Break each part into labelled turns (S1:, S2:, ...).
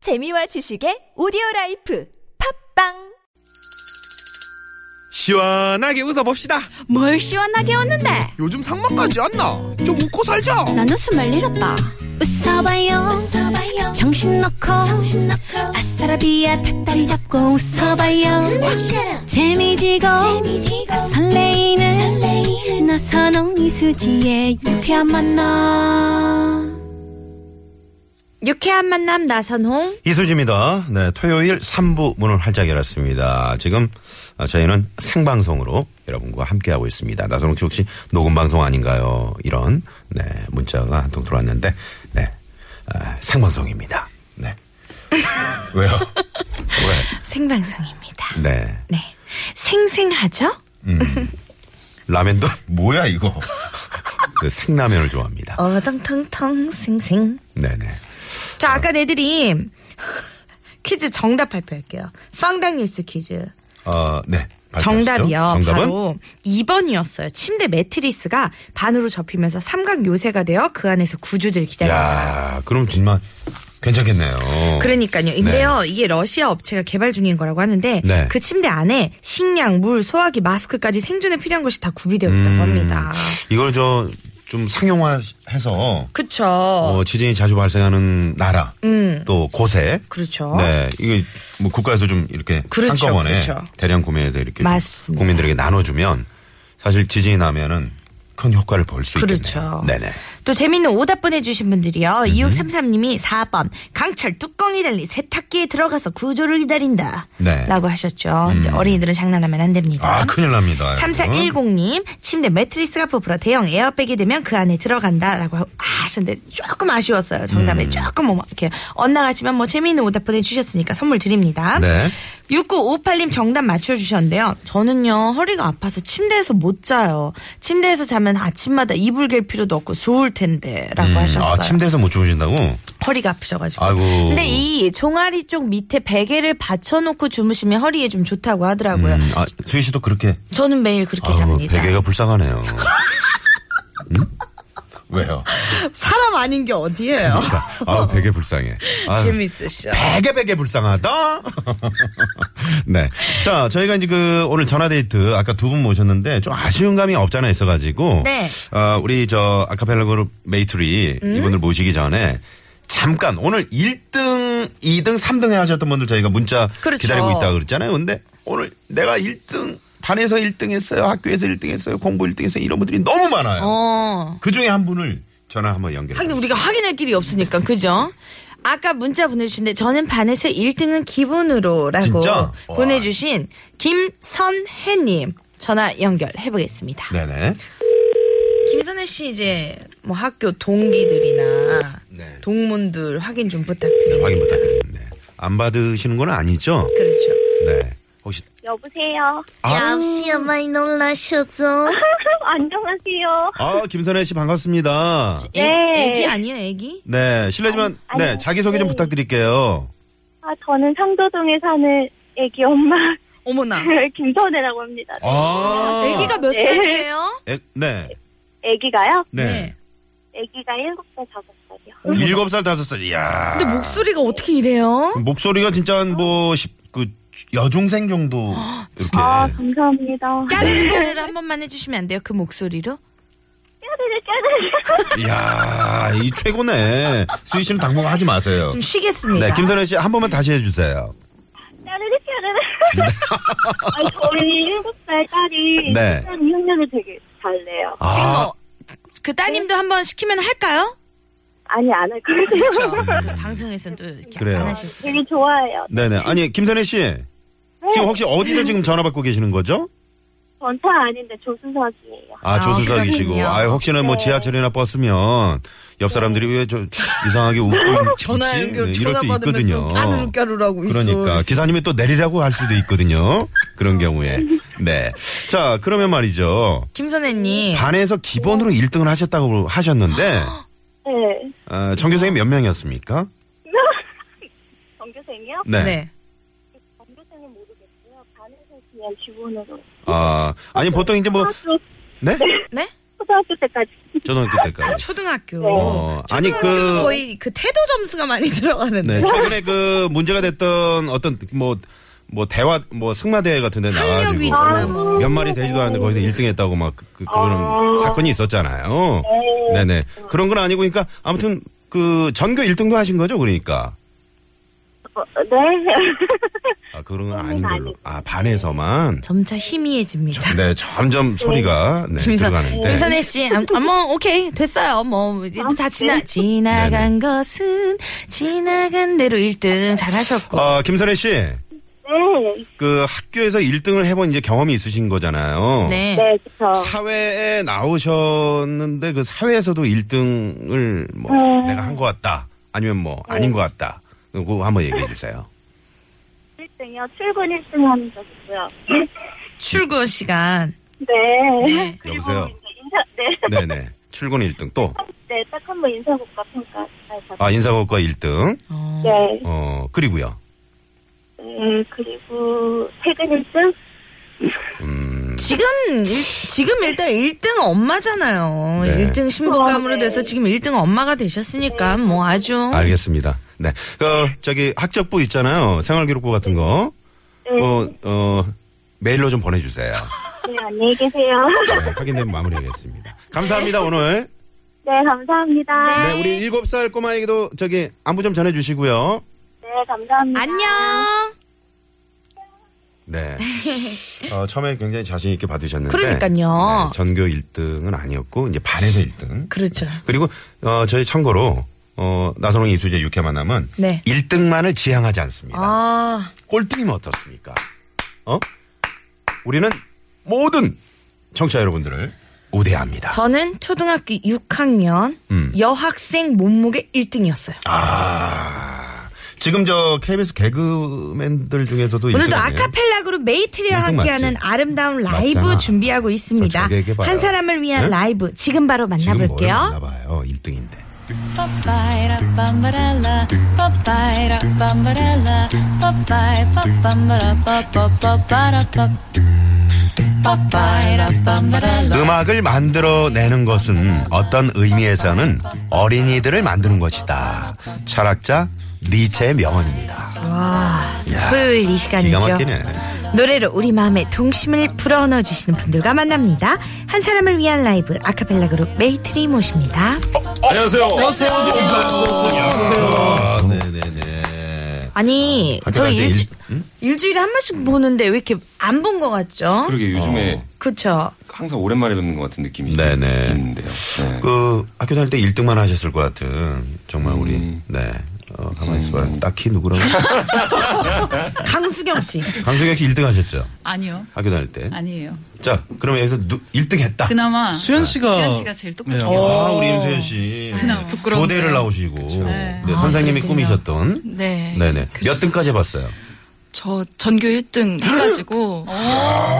S1: 재미와 지식의 오디오 라이프 팝빵
S2: 시원하게 웃어봅시다.
S3: 뭘 시원하게 웃는데
S2: 요즘 상만까지 안 나. 좀 웃고 살자.
S3: 난 웃음을 잃었다 웃어봐요, 정신 놓고 아싸라비아 닭다리 잡고 웃어봐요 재미지고, 설레이는, 나선홍 이수지의 유쾌한 만남 유쾌한 만남 나선홍
S4: 이수지입니다. 네, 토요일 3부 문을 활짝 열었습니다. 지금 아, 저희는 생방송으로 여러분과 함께하고 있습니다. 나선홍 씨 혹시 녹음방송 아닌가요? 이런, 네, 문자가 한 통 들어왔는데, 네, 아, 생방송입니다. 네. 왜요? 왜?
S3: 생방송입니다
S4: 네.
S3: 네 생생하죠?
S4: 라면도, 뭐야, 이거. 네, 생라면을 좋아합니다.
S5: 어.
S3: 어덩텅텅 생생
S4: 네네.
S5: 자, 아까 애들이 퀴즈 정답 발표할게요. 빵당 뉴스 퀴즈.
S4: 어, 네. 발표하시죠.
S5: 정답이요.
S4: 정답은?
S5: 바로 2번이었어요. 침대 매트리스가 반으로 접히면서 삼각 요새가 되어 그 안에서 구조들 기다립니다.
S4: 야 그럼 정말 괜찮겠네요.
S5: 그러니까요. 근데요, 이게 러시아 업체가 개발 중인 거라고 하는데
S4: 네.
S5: 그 침대 안에 식량, 물, 소화기, 마스크까지 생존에 필요한 것이 다 구비되어
S4: 음.
S5: 있다고 합니다.
S4: 이걸 저 좀 상용화해서
S5: 그쵸.
S4: 어, 지진이 자주 발생하는 나라 또 곳에
S5: 음. 그렇죠.
S4: 네 이게 뭐 국가에서 좀 이렇게
S5: 그렇죠,
S4: 한꺼번에
S5: 그렇죠.
S4: 대량 구매해서 이렇게 좀
S5: 맞습니다.
S4: 국민들에게 나눠주면 사실 지진이 나면은 큰 효과를 볼 수 있겠네요.
S5: 그렇죠.
S4: 네네.
S5: 또 재밌는 오답 보내주신 분들이요.
S4: 음.
S5: 2633님이 4번 강철 뚜껑이 달린 세탁기에 들어가서 구조를 기다린다.
S4: 네.
S5: 라고 하셨죠. 근데 어린이들은 장난하면 안 됩니다.
S4: 아 큰일 납니다. 음.
S5: 3410님 침대 매트리스가 부풀어 대형 에어백이 되면 그 안에 들어간다라고 하- 하셨는데 조금 아쉬웠어요.
S4: 음.
S5: 정답에 조금 뭐 이렇게 엇나가지만 뭐 재미있는 오답 보내주셨으니까 선물 드립니다.
S4: 네.
S5: 6958님 정답 맞춰주셨는데요. 저는요, 허리가 아파서 침대에서 못 자요. 침대에서 자면 아침마다 이불 갤 필요도 없고 좋을 텐데. 라고 하셨어요.
S4: 아 침대에서 못 주무신다고?
S5: 허리가 아프셔가지고.
S4: 아이고.
S5: 근데 이 종아리 쪽 밑에 베개를 받쳐놓고 주무시면 허리에 좀 좋다고 하더라고요.
S4: 음, 아 수희 씨도 그렇게
S5: 저는 매일 그렇게
S4: 아우,
S5: 잡니다.
S4: 베개가 불쌍하네요. 음? 왜요?
S5: 사람 아닌 게 어디예요?
S4: 아우 베개 불쌍해. 아유.
S5: 재밌으셔.
S4: 베개 베개 불쌍하다. 네. 자, 저희가 이제 그 오늘 전화데이트 아까 두 분 모셨는데 좀 아쉬운 감이 없잖아 있어가지고.
S5: 네. 음?
S4: 어, 우리 저 아카펠라 그룹 메이트리 이분들 모시기 전에 잠깐 오늘 1등, 2등, 3등 해 하셨던 분들 저희가 문자
S5: 그렇죠.
S4: 기다리고 있다 그랬잖아요. 근데 오늘 내가 1등, 반에서 1등 했어요. 학교에서 1등 했어요. 공부 1등 했어요. 이런 분들이 너무 많아요.
S5: 어.
S4: 그 중에 한 분을 전화 한번 연결해
S5: 하긴 우리가 확인할 길이 없으니까, 그죠? 아까 문자 보내주신데 저는 반에서 1등은 기본으로라고
S4: 진짜? 와.
S5: 보내주신 김선혜님 전화 연결해보겠습니다.
S4: 네네.
S5: 김선혜 씨 이제 뭐 학교 동기들이나
S4: 네.
S5: 동문들 확인 좀 부탁드립니다.
S4: 확인 부탁드리는데 안 받으시는 건 아니죠?
S5: 그렇죠.
S4: 네. 혹시
S6: 여보세요.
S4: 아,
S3: 역시 많이 놀라셨죠?
S6: 아, 안녕하세요.
S4: 아 김선혜 씨 반갑습니다.
S5: 애,
S6: 네.
S5: 애기 아니에요, 애기?
S4: 네 실례지만
S6: 아니, 아니,
S4: 네 자기 소개 좀
S6: 네.
S4: 부탁드릴게요.
S6: 아, 저는 상도동에 사는 애기 엄마
S5: 어머나.
S6: 김선혜라고 합니다.
S4: 아
S5: 애기가 몇
S6: 네.
S5: 살이에요?
S4: 에, 네.
S6: 애기가요?
S4: 네.
S6: 애기가 일곱 살 다섯 살이요
S4: 일곱 살 다섯 살. 이야.
S5: 근데 목소리가 어떻게 이래요?
S4: 목소리가 진짜 한뭐그 여중생 정도 이렇게.
S6: 아, 감사합니다.
S5: 까르르 까르르 한 번만 해주시면 안 돼요? 그 목소리로?
S6: 까르르 까르르.
S4: 이야 이 최고네. 수희 씨는 당분간 하지 마세요.
S5: 좀 쉬겠습니다.
S4: 네 김선혜 씨 한 번만 다시 해주세요.
S6: 까르르 까르르. 아, 저희 일곱 살 딸이
S4: 네.
S6: 딸이 흉년을 되게 잘 내요.
S4: 아,
S5: 지금 뭐 그 따님도 한번 시키면 할까요?
S6: 아니, 안 할 거예요.
S5: 그렇죠. 방송에서는 또 이렇게
S4: 그래요.
S5: 안 하실 수.
S6: 되게 좋아해요.
S4: 네네 아니 김선혜 씨
S5: 네.
S4: 지금 혹시 어디서 지금 전화 받고 계시는 거죠?
S6: 전차 아닌데 조수석이에요.
S4: 아,
S5: 아,
S4: 조수석이시고.
S5: 그러군요. 네.
S4: 아, 혹시나 뭐 지하철이나 버스면 옆 사람들이 왜 저 이상하게 웃고 있지?
S5: 그
S4: 네, 이럴 수 있거든요. 어.
S5: 까르르라고
S4: 그러니까 기사님이 또 내리라고 할 수도 있거든요. 그런 경우에. 네. 자, 그러면 말이죠.
S5: 김선혜님
S4: 반에서 기본으로
S5: 어?
S4: 1등을 하셨다고 하셨는데
S5: 아.
S6: 네.
S4: 어, 전교생이 몇 명이었습니까?
S6: 전교생이요?
S4: 네.
S5: 네.
S6: 전교생은 모르겠고요. 반에서 그냥 기본으로.
S4: 아, 아니 보통 이제 뭐
S6: 초등학교
S4: 네?
S5: 네?
S6: 초등학교 때까지.
S4: 초등학교 때까지.
S5: 초등학교.
S4: 어, 아니, 그-
S5: 초등학교는 거의 그 태도 점수가 많이 들어가는데.
S4: 네, 최근에 그 문제가 됐던 어떤 뭐, 뭐 대화, 뭐 승마대회 같은 데
S5: 학력
S4: 나와가지고
S5: 위주나 뭐.
S4: 몇 마리 되지도 않는데 거기서 1등 했다고 막 그, 그, 그런
S6: 아.
S4: 사건이 있었잖아요. 네네. 그런 건 아니고 그러니까 아무튼 그 전교 1등도 하신 거죠 그러니까.
S6: 어, 네.
S4: 아, 그런 건 아닌 걸로. 아, 반에서만.
S5: 점차 희미해집니다.
S4: 네, 점점 소리가 네, 들어가는데.
S5: 김선혜 씨, 아, 아, 뭐 오케이 됐어요. 뭐 다 지나 지나간 것은 지나간 대로 1등 잘하셨고.
S4: 어, 김선혜 씨,
S6: 네.
S4: 그 학교에서 1등을 해본 이제 경험이 있으신 거잖아요.
S5: 네.
S6: 네, 그쵸.
S4: 어. 사회에 나오셨는데 그 사회에서도 1등을 뭐 내가 한 것 같다. 아니면 뭐 아닌 것 같다. 그거 한번 얘기해 주세요.
S6: 1등이요. 출근 1등 하는 적 있고요.
S5: 출근 시간.
S6: 네.
S5: 네.
S6: 그리고
S4: 여보세요?
S6: 이제 인사, 네.
S4: 네네. 출근 1등 또.
S6: 네, 딱 한 번 인사고과 평가 잘 받았어요.
S4: 아, 인사고과 1등.
S5: 어.
S6: 네.
S4: 어, 그리고요.
S6: 네, 그리고 퇴근 1등?
S4: 음.
S5: 지금 일, 지금 일단 1등 엄마잖아요.
S4: 네.
S5: 1등 신부감으로
S6: 어, 네.
S5: 돼서 지금 1등 엄마가 되셨으니까 뭐 아주
S4: 알겠습니다. 네. 그, 저기, 학적부 있잖아요. 생활기록부 같은 거.
S6: 네.
S4: 어, 어, 메일로 좀 보내주세요.
S6: 네, 안녕히 계세요.
S4: 네, 확인되면 마무리하겠습니다. 감사합니다, 오늘.
S6: 네, 감사합니다.
S4: 네, 우리 7살 꼬마에게도 저기, 안부 좀 전해주시고요.
S6: 네, 감사합니다.
S5: 안녕.
S4: 네. 어, 처음에 굉장히 자신있게 받으셨는데.
S5: 그러니까요.
S4: 네, 전교 1등은 아니었고, 이제 반에서 1등.
S5: 그렇죠.
S4: 그리고, 어, 저희 참고로, 어, 나선홍 이수재 육회 만남은.
S5: 네.
S4: 1등만을 지향하지 않습니다.
S5: 아,
S4: 꼴등이면 어떻습니까? 어? 우리는 모든 청취자 여러분들을 우대합니다.
S5: 아, 저는 초등학교 6학년
S4: 음.
S5: 여학생 몸무게 1등이었어요.
S4: 아. 지금 저 KBS 개그맨들 중에서도
S5: 오늘도
S4: 1등 아니에요?
S5: 아카펠라 그룹 메이트리와
S4: 일등
S5: 함께하는
S4: 맞지?
S5: 아름다운 라이브
S4: 맞잖아.
S5: 준비하고 있습니다.
S4: 솔직하게 얘기해봐요.
S5: 한 사람을 위한
S4: 네?
S5: 라이브 지금 바로
S4: 지금 뭘
S5: 만나볼게요.
S4: 만나봐요. 1등인데.
S7: Papaya, papaya, papaya, papaya, papaya, papaya, papaya, papaya, papaya.
S4: 음악을 만들어내는 것은 어떤 의미에서는 어린이들을 만드는 것이다. 철학자 니체의 명언입니다.
S5: 와,
S4: 야,
S5: 토요일 이 시간이죠.
S4: 기가 막히네.
S5: 노래로 우리 마음에 동심을 불어넣어 주시는 분들과 만납니다. 한 사람을 위한 라이브 아카펠라 그룹 메이트리 모십니다.
S8: 안녕하세요. 안녕하세요.
S4: 아,
S7: 네.
S4: 네네네.
S5: 아니,
S4: 아카펠라
S5: 저희
S4: 때
S5: 일주,
S4: 일- 응?
S5: 일주일에 한 번씩 보는데 왜 이렇게 안 본 것 같죠?
S8: 그러게 요즘에
S5: 그쵸?
S8: 항상 오랜만에 뵙는 것 같은 느낌이
S4: 어. 네네.
S8: 있는데요. 네.
S4: 그 학교 다닐 때 1등만 하셨을 것 같은 정말 우리
S8: 음.
S4: 네. 어, 가만히 있어봐요. 딱히 누구랑
S5: 강수경 씨.
S4: 강석혁 씨 1등 하셨죠?
S7: 아니요,
S4: 학교 다닐 때.
S7: 아니에요.
S4: 자, 그러면 여기서 누, 1등 했다.
S7: 그나마
S2: 수현 씨가 네.
S7: 수현 씨가 제일 똑똑해요.
S4: 아, 우리 임수현 씨.
S7: 그나마 그렇죠. 아, 부끄러운데.
S4: 교대를 나오시고. 네. 선생님이 꿈이셨던
S9: 네.
S4: 네네. 몇
S9: 그래서
S4: 등까지 해봤어요?
S9: 저 전교 1등 해가지고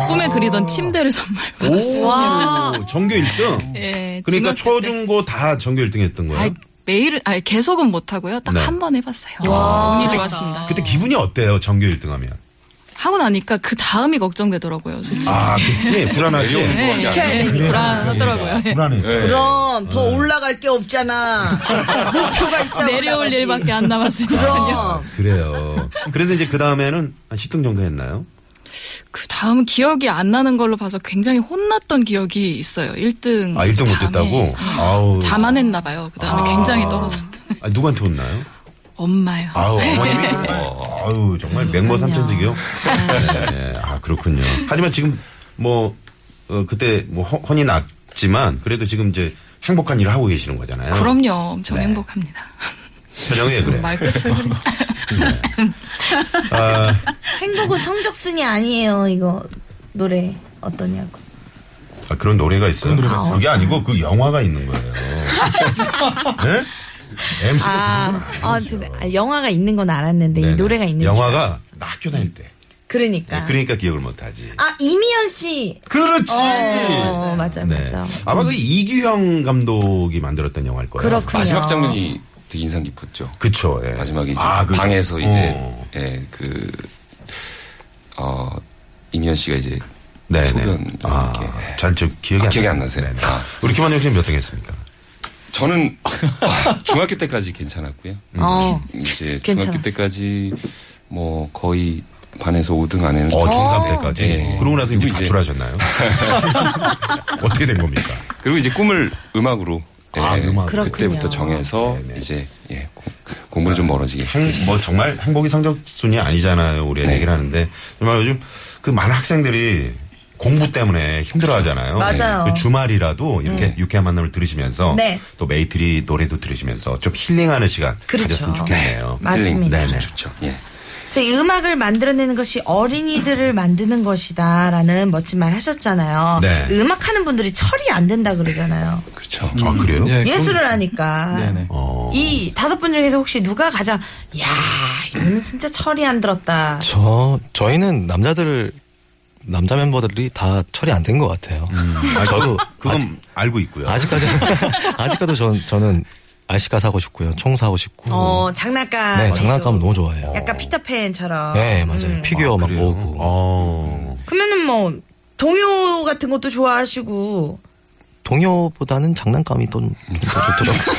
S9: 꿈에 그리던 침대를 선물 받았어요.
S4: 오, 전교 1등?
S9: 예,
S4: 그러니까
S9: 중학교 때.
S4: 초중고 다 전교 1등 했던 거예요?
S9: 아이, 매일은 아니 계속은 못 하고요. 딱
S4: 네.
S9: 한 번 해봤어요. 운이 좋았습니다.
S4: 아. 그때 기분이 어때요? 전교 1등 하면.
S9: 하고 나니까 그 다음이 걱정되더라고요. 솔직히
S4: 아, 그치? 네, 불안하지?
S8: 내려오는 것 같지
S5: 지켜야
S8: 않아요?
S5: 되니까.
S9: 네, 불안하더라고요. 예.
S4: 불안해서.
S8: 네.
S5: 네. 그럼 음. 더 올라갈 게 없잖아. 목표가 있어.
S9: 아, 내려올 일밖에 안 남았으니까요.
S5: 그럼.
S4: 그래요. 그래서 이제 그 다음에는 한 10등 정도 했나요?
S9: 그 다음 기억이 안 나는 걸로 봐서 굉장히 혼났던 기억이 있어요. 1등
S4: 아, 1등 못했다고? 아우.
S9: 그 네. 자만했나 봐요. 그 다음에
S4: 아.
S9: 굉장히 떨어졌다.
S4: 아, 누구한테 혼나요?
S9: 엄마요.
S4: 아우,
S5: 네.
S4: 어머님이? 어, 아우, 정말 맹모 삼천지기요? 네, 아, 그렇군요. 하지만 지금 뭐, 어, 그때 뭐 허- 혼이 났지만 그래도 지금 이제 행복한 일을 하고 계시는 거잖아요.
S9: 그럼요. 엄청
S4: 네.
S9: 행복합니다.
S4: 표정이 왜 그래?
S7: 말끝을 흐리-
S4: 아,
S5: 행복은 성적순이 아니에요, 이거. 노래 어떠냐고.
S4: 아, 그런 노래가 있어요. 그게 아니고 그 영화가 있는 거예요. 네? MC도
S5: 아, 아, 세상에. 아, 영화가 있는 건 알았는데, 이 노래가 있는 줄 알았어.
S4: 영화가 나 학교 다닐 때. 네,
S5: 그러니까.
S4: 그러니까 기억을 못하지.
S5: 아, 이미연 씨.
S4: 그렇지.
S5: 어, 맞아요,
S4: 네.
S5: 맞아요.
S4: 아마 그 이규형 감독이 만들었던 영화일 거예요.
S5: 그렇군요.
S8: 마지막 장면이 되게 인상 깊었죠.
S4: 그쵸. 예.
S8: 마지막에 이제
S4: 아, 그-
S8: 방에서 이제
S4: 어.
S8: 예, 그 어, 이미연 씨가 이제
S4: 네, 네.
S8: 소변 좀
S4: 아,
S8: 이렇게.
S4: 잘 저 기억이
S8: 아,
S4: 안,
S8: 기억이 안
S4: 나요.
S8: 나세요?
S4: 네네.
S8: 아.
S4: 우리 김원영 씨는 몇 등 했습니까?
S8: 저는 아, 중학교 때까지 괜찮았고요.
S10: 음.
S5: 어.
S8: 이제
S5: 괜찮았어.
S8: 중학교 때까지 뭐 거의 반에서 5등 안에는
S4: 어, 중3 때까지.
S8: 네.
S4: 그러고 나서 이제
S8: 그리고 이제-
S4: 가출하셨나요? 어떻게 된 겁니까?
S8: 그리고 이제 꿈을 음악으로 예,
S4: 아, 음악.
S5: 그렇군요.
S8: 그때부터 정해서
S4: 네네.
S8: 이제 예, 고- 공부를 좀 멀어지게
S4: 행, 뭐 정말 행복이 성적순이 아니잖아요. 우리가
S8: 네.
S4: 얘기를 하는데 정말 요즘 그 많은 학생들이 공부 때문에 힘들어하잖아요.
S5: 네. 맞아요. 음.
S4: 그 주말이라도 이렇게 유쾌한 만남을 들으시면서
S5: 네.
S4: 또 메이트리 노래도 들으시면서 좀 힐링하는 시간
S5: 그렇죠.
S4: 가졌으면 좋겠네요.
S5: 맞습니다.
S4: 네네.
S8: 좋죠. 예.
S5: 저이 음악을 만들어내는 것이 어린이들을 만드는 것이다라는 멋진 말 하셨잖아요. 그
S4: 네.
S5: 음악하는 분들이 철이 안 된다 그러잖아요.
S8: 그렇죠.
S4: 아 그래요?
S10: 네,
S2: 예,
S5: 예술을 하니까.
S2: 네네.
S4: 어.
S5: 이 다섯 분 중에서 혹시 누가 가장 야 이거는 진짜 철이 안 들었다.
S10: 저 저희는 남자들 남자 멤버들이 다 처리 안 된 것 같아요.
S11: 음.
S10: 저도
S4: 그건 알고 있고요.
S10: 아직까지 아직까지 전 저는 RC가 사고 싶고요. 총 사고 싶고.
S5: 어 장난감.
S10: 그렇죠. 네,
S5: 위주로.
S10: 장난감 너무 좋아해요.
S5: 약간 피터팬처럼. 음.
S10: 네,
S11: 음.
S10: 맞아요. 피규어 막
S4: 그래요?
S10: 모으고.
S4: 어.
S5: 그러면은 뭐 동요 같은 것도 좋아하시고
S10: 동요보다는 장난감이 또 좀 좋더라고요.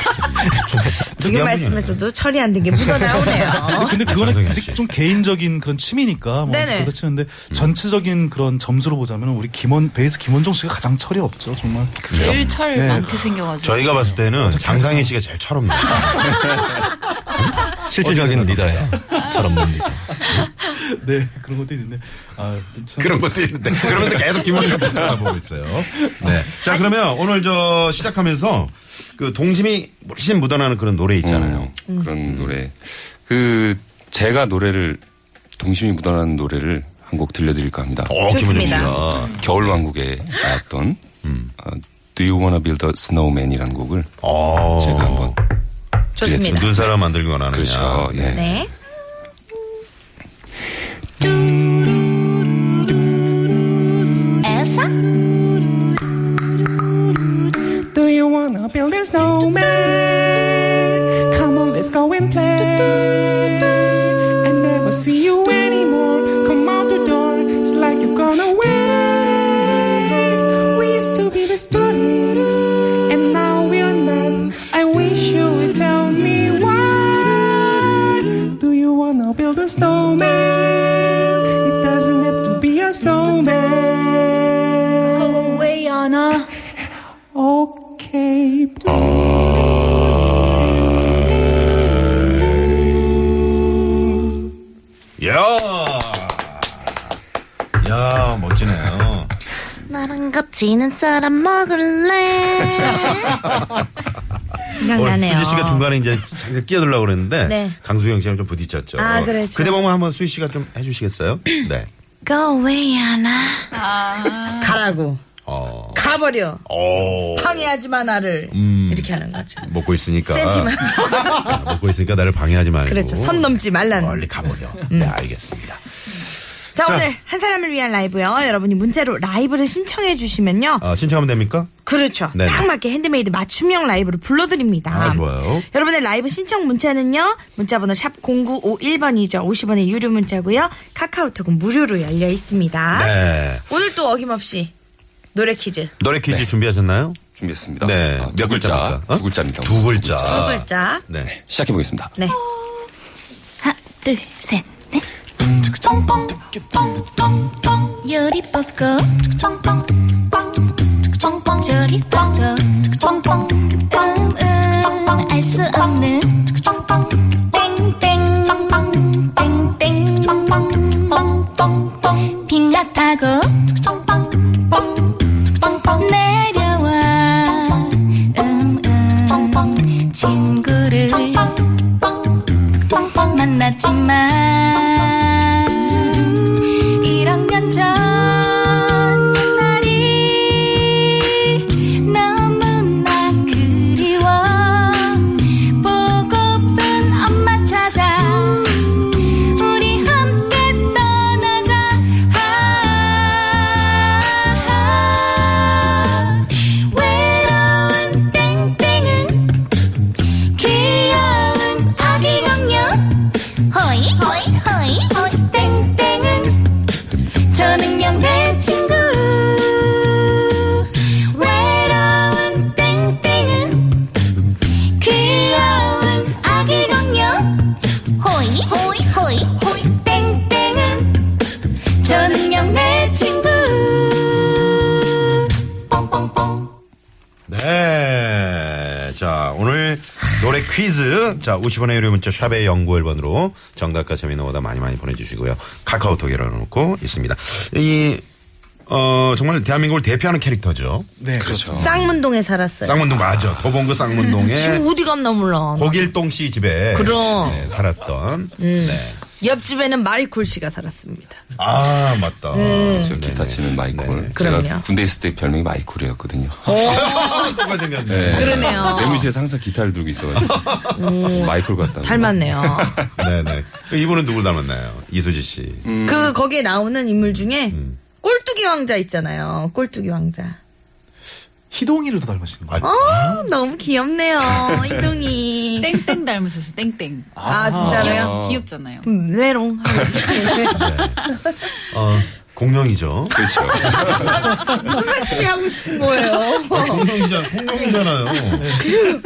S5: 지금
S4: 특이한
S5: 말씀에서도 철이 안 된 게 묻어 나오네요.
S11: 근데
S4: 전성현
S11: 그거는
S4: 씨.
S11: 좀, 좀 개인적인 그런 취미니까 뭐
S5: 네네.
S11: 그렇다 치는데 전체적인 그런 점수로 보자면 우리 김원 베이스 김원종 씨가 가장 철이 없죠 정말.
S9: 제일 철
S11: 네.
S9: 많게 생겨가지고.
S4: 저희가 봤을 때는 장상희 씨가 제일 철없네요.
S10: 실질적인 리더예요. 철없는 리더.
S11: 네 그런 것도 있는데 아, 참.
S4: 그런 것도 있는데 그러면서 계속 김원준 씨 쳐다보고 있어요. 네. 자 그러면 오늘 저 시작하면서 그 동심이 물씬 묻어나는 그런 노래 있잖아요.
S8: 음, 그런 노래. 그 제가 노래를 동심이 묻어나는 노래를 한 곡 들려드릴까 합니다.
S4: 어, 김원준
S5: 좋습니다.
S4: 씨가
S8: 겨울왕국에 나왔던 어, Do You Wanna Build a Snowman이라는 곡을
S4: 어,
S8: 제가 한번
S5: 좋습니다.
S4: 눈 사람 만들기 원하느냐.
S8: 그렇죠. 예.
S5: 네.
S1: 에사?
S7: Do you wanna build a snowman? Come on, let's go and play. I never see you anymore. Come out the door, it's like you've gone away. We used to be best buddies, and now we are not. I wish you would tell me why. Do you wanna build a snowman? It doesn't have to be a snowman.
S3: Go away, Anna.
S7: Okay,
S4: 이야. 이야 멋지네요.
S3: 나랑 겹치는 사람 먹을래.
S4: 오늘
S5: 생각나네요.
S4: 수지 씨가 중간에 이제 잠깐 끼어들려고 그랬는데
S5: 네.
S4: 강수영 씨랑 좀 부딪혔죠.
S5: 아, 그렇죠.
S4: 대 보면 한번 수지 씨가 좀 해주시겠어요? 네.
S3: Go away, Anna.
S5: 아. 가라고
S4: 어.
S5: 가버려
S4: 어.
S5: 방해하지 마 나를
S4: 음.
S5: 이렇게 하는 거죠.
S4: 먹고 있으니까.
S5: 센티만.
S4: 아, 먹고 있으니까 나를 방해하지 말고.
S5: 그렇죠. 선 넘지 음. 말라는.
S4: 멀리 가버려. 네, 알겠습니다.
S5: 자, 오늘 한 사람을 위한 라이브요. 여러분이 문자로 라이브를 신청해 주시면요.
S4: 아, 신청하면 됩니까?
S5: 그렇죠.
S4: 네네.
S5: 딱 맞게 핸드메이드 맞춤형 라이브로 불러드립니다.
S4: 아, 좋아요.
S5: 여러분의 라이브 신청 문자는요. 문자번호 샵 0951번이죠. 50원의 유료 문자고요. 카카오톡은 무료로 열려 있습니다.
S4: 네.
S5: 오늘 또 어김없이 노래 퀴즈
S4: 노래 퀴즈 준비하셨나요?
S8: 준비했습니다.
S4: 네.
S8: 네. 아,
S4: 몇
S8: 두 글자,
S4: 글자입니까? 어?
S8: 두 글자입니다.
S4: 두 글자.
S5: 두 글자.
S4: 네.
S8: 시작해 보겠습니다.
S5: 네.
S3: 하나, 둘, 셋, 넷. 뽕뽕, 뽕뽕, 뽕. 요리 뽀꼬. 뽕뽕, 뽕. 뽕뽕, 저리 뽕뽕. 뽕뽕, 음음. 알수 없는. 뽕뽕, 땡땡. 뽕뽕, 땡땡. 뽕뽕, 뽕뽕, 뽕. 빙가 타고. 뽕뽕, 뽕. 뽕뽕, 내려와. 음음. 친구를. 만났지만 1학년 전날이 너무나 그리워 보고픈 엄마 찾아 우리 함께 떠나자 아, 외로운 땡땡은 귀여운 아기 공룡 호이 호이 호이 호이 땡땡은 저는 영내 친구 호이 땡땡은 저 능력 내 친구
S4: 네. 자, 오늘 노래 퀴즈. 자, 50원의 유료 문자 샵의 연구 1번으로 정답과 재미있는 오다 많이 많이 보내주시고요. 카카오톡에 열어놓고 있습니다. 이, 어, 정말 대한민국을 대표하는 캐릭터죠.
S11: 네,
S4: 그렇죠.
S5: 쌍문동에 네. 살았어요.
S4: 쌍문동 맞아. 도봉구 쌍문동에
S5: 지금 어디 갔나 몰라.
S4: 고길동 씨 집에
S5: 그럼.
S4: 네, 살았던.
S5: 음.
S4: 네.
S5: 옆집에는 마이콜 씨가 살았습니다.
S4: 아, 맞다.
S5: 음.
S8: 저
S4: 네,
S8: 기타 치는 마이콜.
S5: 그럼요.
S8: 제가 군대 있을 때 별명이 마이콜이었거든요.
S4: 누가 생겼네.
S8: 네.
S5: 그러네요. 음.
S8: 내무실에서 항상 기타를 들고 있어가지고 마이콜 같다고.
S5: 닮았네요.
S4: 네네. 이분은 누굴 닮았나요? 이수지 씨.
S5: 그 거기에 나오는 인물 중에 꼴뚜기 왕자 있잖아요. 꼴뚜기 왕자.
S11: 희동이를 더 닮으신
S4: 아,
S11: 거예요.
S5: 어 너무 귀엽네요 이동이.
S9: 땡땡 닮으셨어요. 땡땡.
S5: 아 진짜로요?
S8: 아.
S9: 귀엽잖아요.
S5: 음, 메롱.
S4: 어, 공룡이죠.
S8: 그렇죠.
S5: 무슨 말씀이 하고 싶은 거예요?
S4: 공룡이잖아, 공룡이잖아요.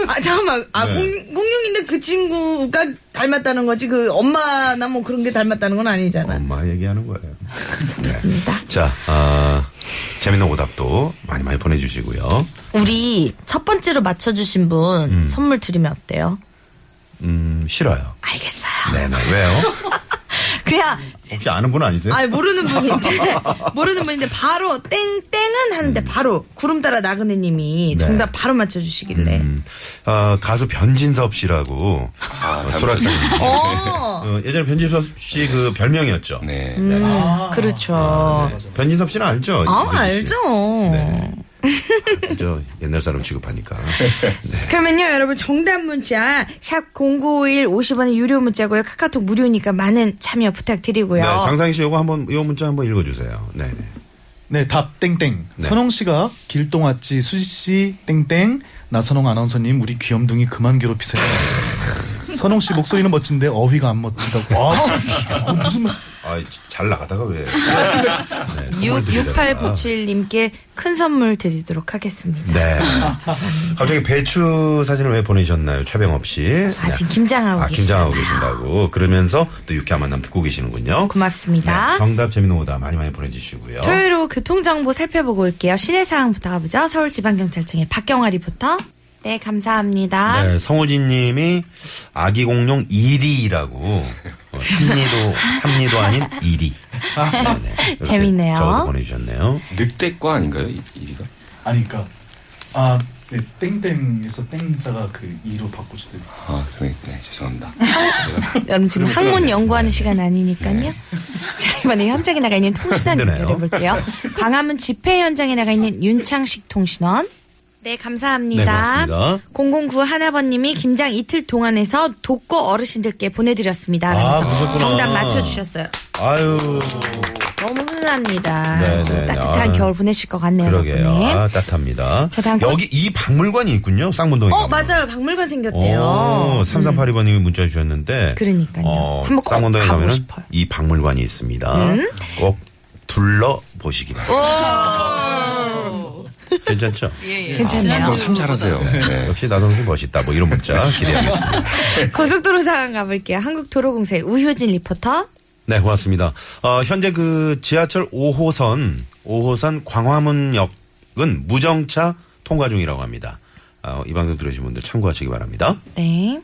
S5: 아 잠깐만 아
S4: 네.
S5: 공, 공룡인데 그 친구가 닮았다는 거지 그 엄마나 뭐 그런 게 닮았다는 건 아니잖아.
S4: 엄마 얘기하는 거예요. 그렇습니다. 자, 아, 재밌는 오답도 많이 많이 보내주시고요.
S5: 우리 첫 번째로 맞춰주신 분 선물 드리면 어때요?
S4: 음, 싫어요.
S5: 알겠어요.
S4: 네네. 왜요?
S5: 그냥
S4: 혹시 아는 분 아니세요?
S5: 아 모르는 분인데 모르는 분인데 바로 땡땡은 하는데 바로 구름 따라 나그네님이
S4: 음. 네.
S5: 정답 바로 맞춰주시길래.
S4: 음, 아, 가수 변진섭 씨라고 어, 수락사님.
S5: 어
S4: 어, 예전에 변진섭 씨 그 별명이었죠.
S8: 네.
S5: 음. 그렇죠.
S4: 변진섭 씨는 알죠?
S5: 아,
S4: 이수지 씨.
S5: 알죠. 어.
S4: 네. 저 옛날 사람 취급하니까. 네.
S5: 그러면요, 여러분, 정답 문자, 샵0951 50원의 유료 문자고요. 카카오톡 무료니까 많은 참여 부탁드리고요.
S4: 네, 장상희 씨 요거 한번 요 문자 한번 읽어주세요. 네네.
S11: 네, 답 땡땡.
S4: 네.
S11: 선홍 씨가 길동 아찌 수지 씨 땡땡. 나선홍 아나운서님 우리 귀염둥이 그만 괴롭히세요. 선홍 씨 목소리는 멋진데 어휘가 안 멋진다고. 와, 어, 무슨 말씀?
S4: 아, 잘 나가다가 왜? 네, 선물
S5: 6,
S4: 드리려다가.
S5: 6897님께 큰 선물 드리도록 하겠습니다.
S4: 네. 갑자기 배추 사진을 왜 보내셨나요? 최병업 씨. 네.
S5: 아직 김장하고
S4: 아, 김장하고 계신다고. 그러면서 또 유쾌한 만남 듣고 계시는군요.
S5: 고맙습니다.
S4: 네, 정답 재미는 오다 많이 많이 보내주시고요.
S5: 토요일로 교통정보 살펴보고 올게요. 시내 상황 부터 가보죠. 서울지방경찰청의 박경아 리포터. 네, 감사합니다.
S4: 네, 성우진 님이 아기 공룡 1위라고. 어, 심리도, 삼리도 아닌 1위. 네, 네. 이렇게
S5: 재밌네요.
S4: 적어서 보내주셨네요.
S8: 늑대과 아닌가요? 이- 이리가?
S11: 아니까. 아, 네, 땡땡에서 땡자가 그 이로 바꾸시대.
S8: 아, 그래. 네, 죄송합니다.
S5: 여러분 지금 학문 연구하는 시간 아니니까요.
S8: 네.
S5: 자, 이번에 현장에 나가 있는 통신원
S4: 힘드네요.
S5: 연결해볼게요. 광화문 집회 현장에 나가 있는 윤창식 통신원. 네,
S4: 네,
S5: 감사합니다.
S4: 고맙습니다.
S5: 009 하나번님이 김장 이틀 동안에서 독거 어르신들께 보내드렸습니다.
S4: 아,
S5: 라면서
S4: 그러셨구나.
S5: 정답 맞춰주셨어요.
S4: 아유.
S5: 너무 훈훈합니다.
S4: 네, 네,
S5: 따뜻한
S4: 아.
S5: 겨울 보내실 것 같네요.
S4: 그러게요.
S5: 덕분에.
S4: 아, 따뜻합니다.
S5: 자, 다음
S4: 여기 이 박물관이 있군요. 쌍문동에.
S5: 어,
S4: 가면.
S5: 맞아요. 박물관 생겼대요. 음.
S4: 오, 3382번님이 문자 주셨는데.
S5: 그러니까요.
S4: 어,
S5: 한번 꼭
S4: 쌍문동에
S5: 가보고
S4: 가면은
S5: 싶어요. 음?
S4: 이 박물관이 있습니다. 꼭 둘러보시기 바랍니다. 괜찮죠?
S5: 예. 괜찮네요.
S8: 방송 아, 참 잘하세요. 네.
S4: 역시 나성수 멋있다. 뭐 이런 문자 기대하겠습니다.
S5: 고속도로 상황 가볼게요. 한국도로공사의 우효진 리포터.
S4: 네, 고맙습니다. 어, 현재 그 지하철 5호선, 5호선 광화문역은 무정차 통과 중이라고 합니다. 어, 이 방송 들으신 분들 참고하시기 바랍니다.
S5: 네.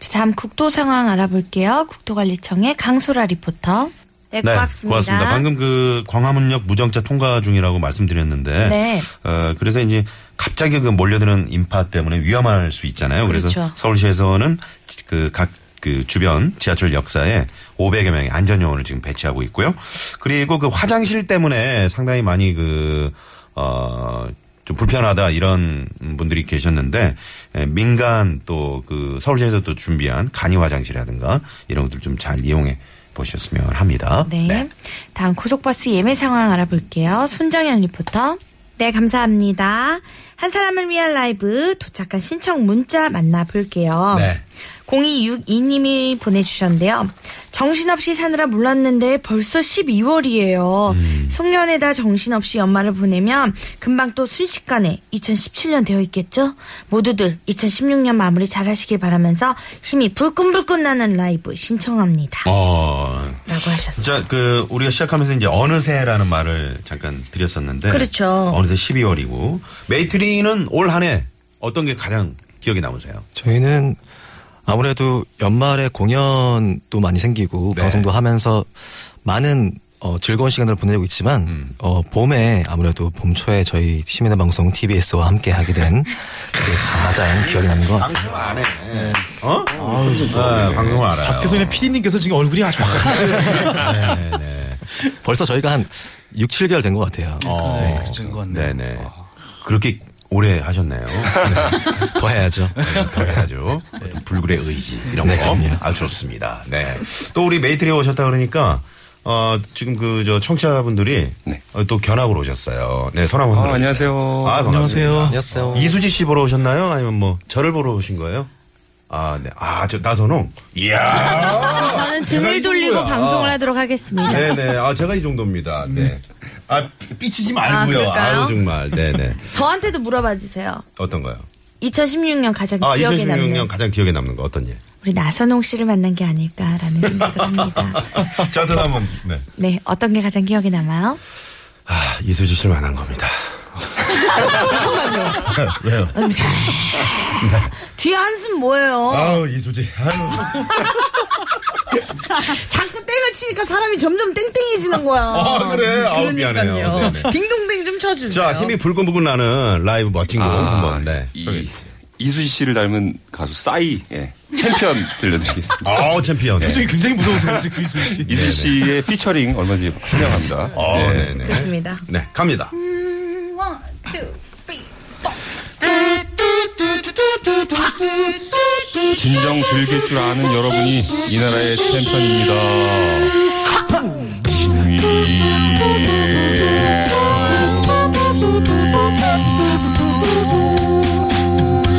S5: 자, 다음 국도 상황 알아볼게요. 국도관리청의 강소라 리포터. 네,
S4: 고맙습니다. 방금 그 광화문역 무정차 통과 중이라고 말씀드렸는데,
S5: 네.
S4: 어, 그래서 이제 갑자기 그 몰려드는 인파 때문에 위험할 수 있잖아요. 그래서
S5: 그렇죠.
S4: 서울시에서는 그 각 그 주변 지하철 역사에 500여 명의 안전요원을 지금 배치하고 있고요. 그리고 그 화장실 때문에 상당히 많이 그, 어, 좀 불편하다 이런 분들이 계셨는데 에, 민간 또 그 서울시에서 또 준비한 간이 화장실이라든가 이런 것들 좀 잘 이용해 보셨으면 합니다. 네.
S5: 네. 다음 고속버스 예매 상황 알아볼게요. 손정현 리포터. 네, 감사합니다. 한 사람을 위한 라이브 도착한 신청 문자 만나볼게요.
S4: 네.
S5: 0262님이 보내주셨는데요. 정신없이 사느라 몰랐는데 벌써 12월이에요. 송년회다 정신없이 연말을 보내면 금방 또 순식간에 2017년 되어 있겠죠? 모두들 2016년 마무리 잘 하시길 바라면서 힘이 불끈불끈 나는 라이브 신청합니다.
S4: 어.
S5: 라고 하셨어요.
S4: 진짜 그 우리가 시작하면서 이제 어느새라는 말을 잠깐 드렸었는데
S5: 그렇죠.
S4: 어느새 12월이고 메이트리는 올 한 해 어떤 게 가장 기억에 남으세요?
S10: 저희는 아무래도 연말에 공연도 많이 생기고
S11: 네.
S10: 방송도 하면서 많은 어, 즐거운 시간을 보내고 있지만
S11: 음.
S10: 어, 봄에 아무래도 봄 초에 저희 시민의 방송 TBS와 함께 하게 된 그게 가장 기억에 남는 것 같아요.
S4: 방송 안 해. 어? 네, 방송을 알아요.
S11: 아, 밖에서 그냥 피디님께서 지금 얼굴이 아주 막가요
S10: 벌써 저희가 한 6, 7개월 된 것 같아요.
S11: 네, 그렇죠. 된것 같네요.
S4: 네네. 그렇게 오래 하셨네요. 네.
S10: 더 해야죠.
S4: 네, 더 해야죠. 어떤 불굴의 의지 이런
S10: 네,
S4: 거.
S10: 그럼요.
S4: 아 좋습니다. 네. 또 우리 메이트리에 오셨다 그러니까 어 지금 그 저 청취자분들이
S8: 네.
S4: 어, 또 견학으로 오셨어요. 네, 선화 분들.
S8: 아, 안녕하세요.
S4: 아, 반갑습니다.
S11: 안녕하세요.
S10: 안녕하세요.
S4: 이수지 씨 보러 오셨나요? 아니면 뭐 저를 보러 오신 거예요? 아, 네. 아, 저 나선홍. 이야.
S12: 저는
S4: 제가 이
S12: 등을 돌리고
S4: 정도야.
S12: 방송을 하도록 하겠습니다.
S4: 네네. 아, 제가 이 정도입니다. 네. 아, 삐치지 말고요.
S12: 아, 그럴까요?
S4: 아, 유 정말. 네네.
S12: 저한테도 물어봐 주세요.
S4: 어떤가요?
S5: 2016년 가장
S4: 아,
S5: 음, 기억에
S4: 2016년
S5: 남는
S4: 가장 기억에 남는 거 어떤 일?
S5: 우리 나선홍 씨를 만난 게 아닐까라는 생각을 합니다.
S4: 저도 한번, 네.
S5: 네, 어떤 게 가장 기억에 남아요?
S4: 아, 이수지 씨를 만난 겁니다. 왜요?
S12: 뒤에 한숨 뭐예요?
S4: 아우, 이수지. 아유.
S12: 자꾸 땡을 치니까 사람이 점점 땡땡해지는 거야.
S4: 아, 그래? 아우, 미안해요. 네네.
S12: 딩동댕 좀 쳐주세요.
S4: 자, 힘이 불끈불끈 나는 라이브 멋진 곡
S11: 아,
S4: 한번, 네.
S8: 아, 이, 이수지 씨를 닮은 가수 싸이 예. 챔피언 들려드리겠습니다.
S4: 아우, 챔피언. 네.
S11: 표정이 굉장히 무서우세요, 지금 이수지 씨.
S8: 이수지 씨의 피처링 얼마든지 환영합니다.
S4: 어,
S8: 예.
S4: 네네.
S12: 좋습니다.
S4: 네, 갑니다.
S8: 네. 진정 즐길 줄 아는 여러분이 이 나라의 챔피언입니다.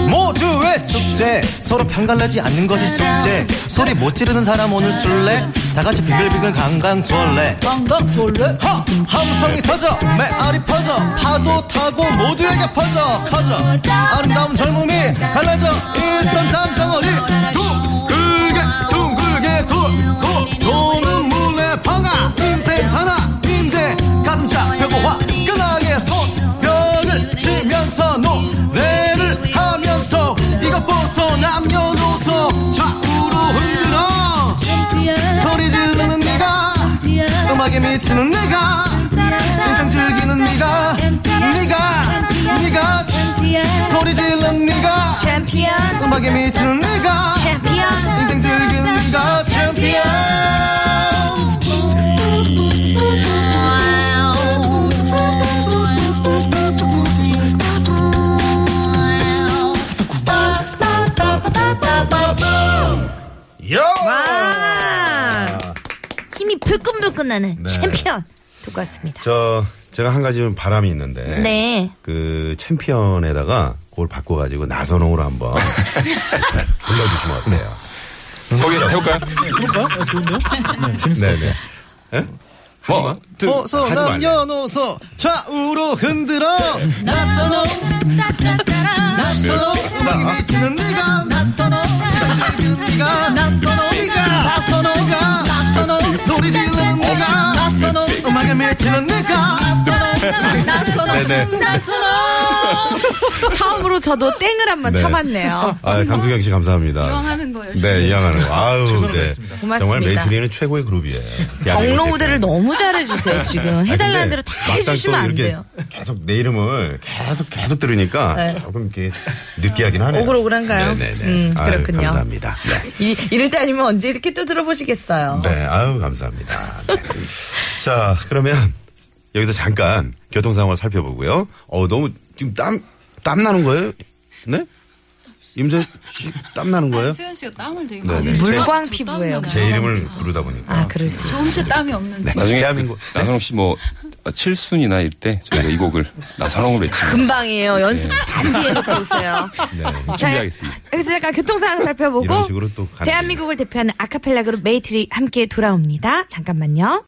S10: 모두의 축제 서로 편갈라지 않는 것이 숙제 소리 못 지르는 사람 오늘 술래 다 같이 빙글빙글 강강 수월래
S12: 강강 솔레.
S10: 허! 함성이 터져 메아리 퍼져 파도 타고 모두에게 퍼져 커져 아름다운 젊음이 갈라져 있던 담덩어리 둥글게 둥글게 돌고 도는 물에 방아 인생 산하 인대 가슴 쫙 펴고 화끈하게 손뼉을 치면서 노래를 하면서 이것 보소 남녀노소 좌우로 흔들어 소리 지르는 네가 음악에 미치는 네가 인생 즐기는 네가 네가 네가 소리 지르는 네가
S12: 챔피언.
S10: 음악에 미치는 네가
S12: 챔피언.
S10: 인생 즐기는 네가 챔피언
S5: 와! 힘이 불끈불끈
S4: 네.
S5: 나는 챔피언 듣고 왔습니다.
S4: 저, 제가 한 가지 좀 바람이 있는데.
S5: 네.
S4: 그 챔피언에다가 그걸 바꿔가지고 나선홍으로 한번 불러주시면 어때요?
S8: 소개 해볼까요?
S11: 그럴까? 아, 좋은데요? 네, 재밌을 것 같아요.
S4: 네네. 예? 하지마.
S10: 보소
S4: 하지 말래.
S10: 남녀노소 좌우로 흔들어 낯설어 낯설어 음악에 미치는 네가 인생 즐기는 네가 네가 네가 소리 지르는 네가 음악에 미치는 네가
S4: 네네.
S12: 처음으로 저도 땡을 한번
S4: 네.
S12: 쳐봤네요.
S4: 아, 강수경 씨 감사합니다. 이왕하는 거요. 네, 이왕하는 거. 아유, 네.
S5: 고맙습니다.
S4: 정말 메이트리는 최고의 그룹이에요.
S5: 경로 우대를 너무 잘해주세요,
S4: 아,
S5: 지금. 해달라는 대로 다 해주시면 안 돼요.
S4: 계속 내 이름을 계속 계속 들으니까
S5: 네.
S4: 조금 이렇게 느끼하긴 하네요.
S5: 오글오글한가요?
S4: 네네네.
S5: 음,
S4: 아유,
S5: 그렇군요.
S4: 감사합니다. 네.
S5: 이, 이럴 때 아니면 언제 이렇게 또 들어보시겠어요.
S4: 네, 아유, 감사합니다. 네. 자, 그러면 여기서 잠깐 교통 상황을 살펴보고요. 어, 너무 지금 땀, 땀 나는 거예요? 네? 임전 땀 나는 거예요?
S13: 수현 씨가 땀을 되게
S4: 네,
S13: 많이
S4: 네. 물광
S13: 피부예요.
S4: 제 이름을 부르다 보니까. 아,
S5: 그럴 수.
S13: 좋은 채 땀이 없는데.
S8: 나중에 그 나선홍 씨뭐 칠순이나 이때 저희가 이 곡을 나선홍으로 외치면
S5: 금방이에요. 연습 단디 해놓고 오세요.
S8: 네,
S5: 자,
S8: 준비하겠습니다.
S5: 여기서 잠깐 교통상황 살펴보고
S4: 이런 식으로 또 가는
S5: 대한민국을 대표하는 아카펠라 그룹 메이트리 함께 돌아옵니다. 잠깐만요.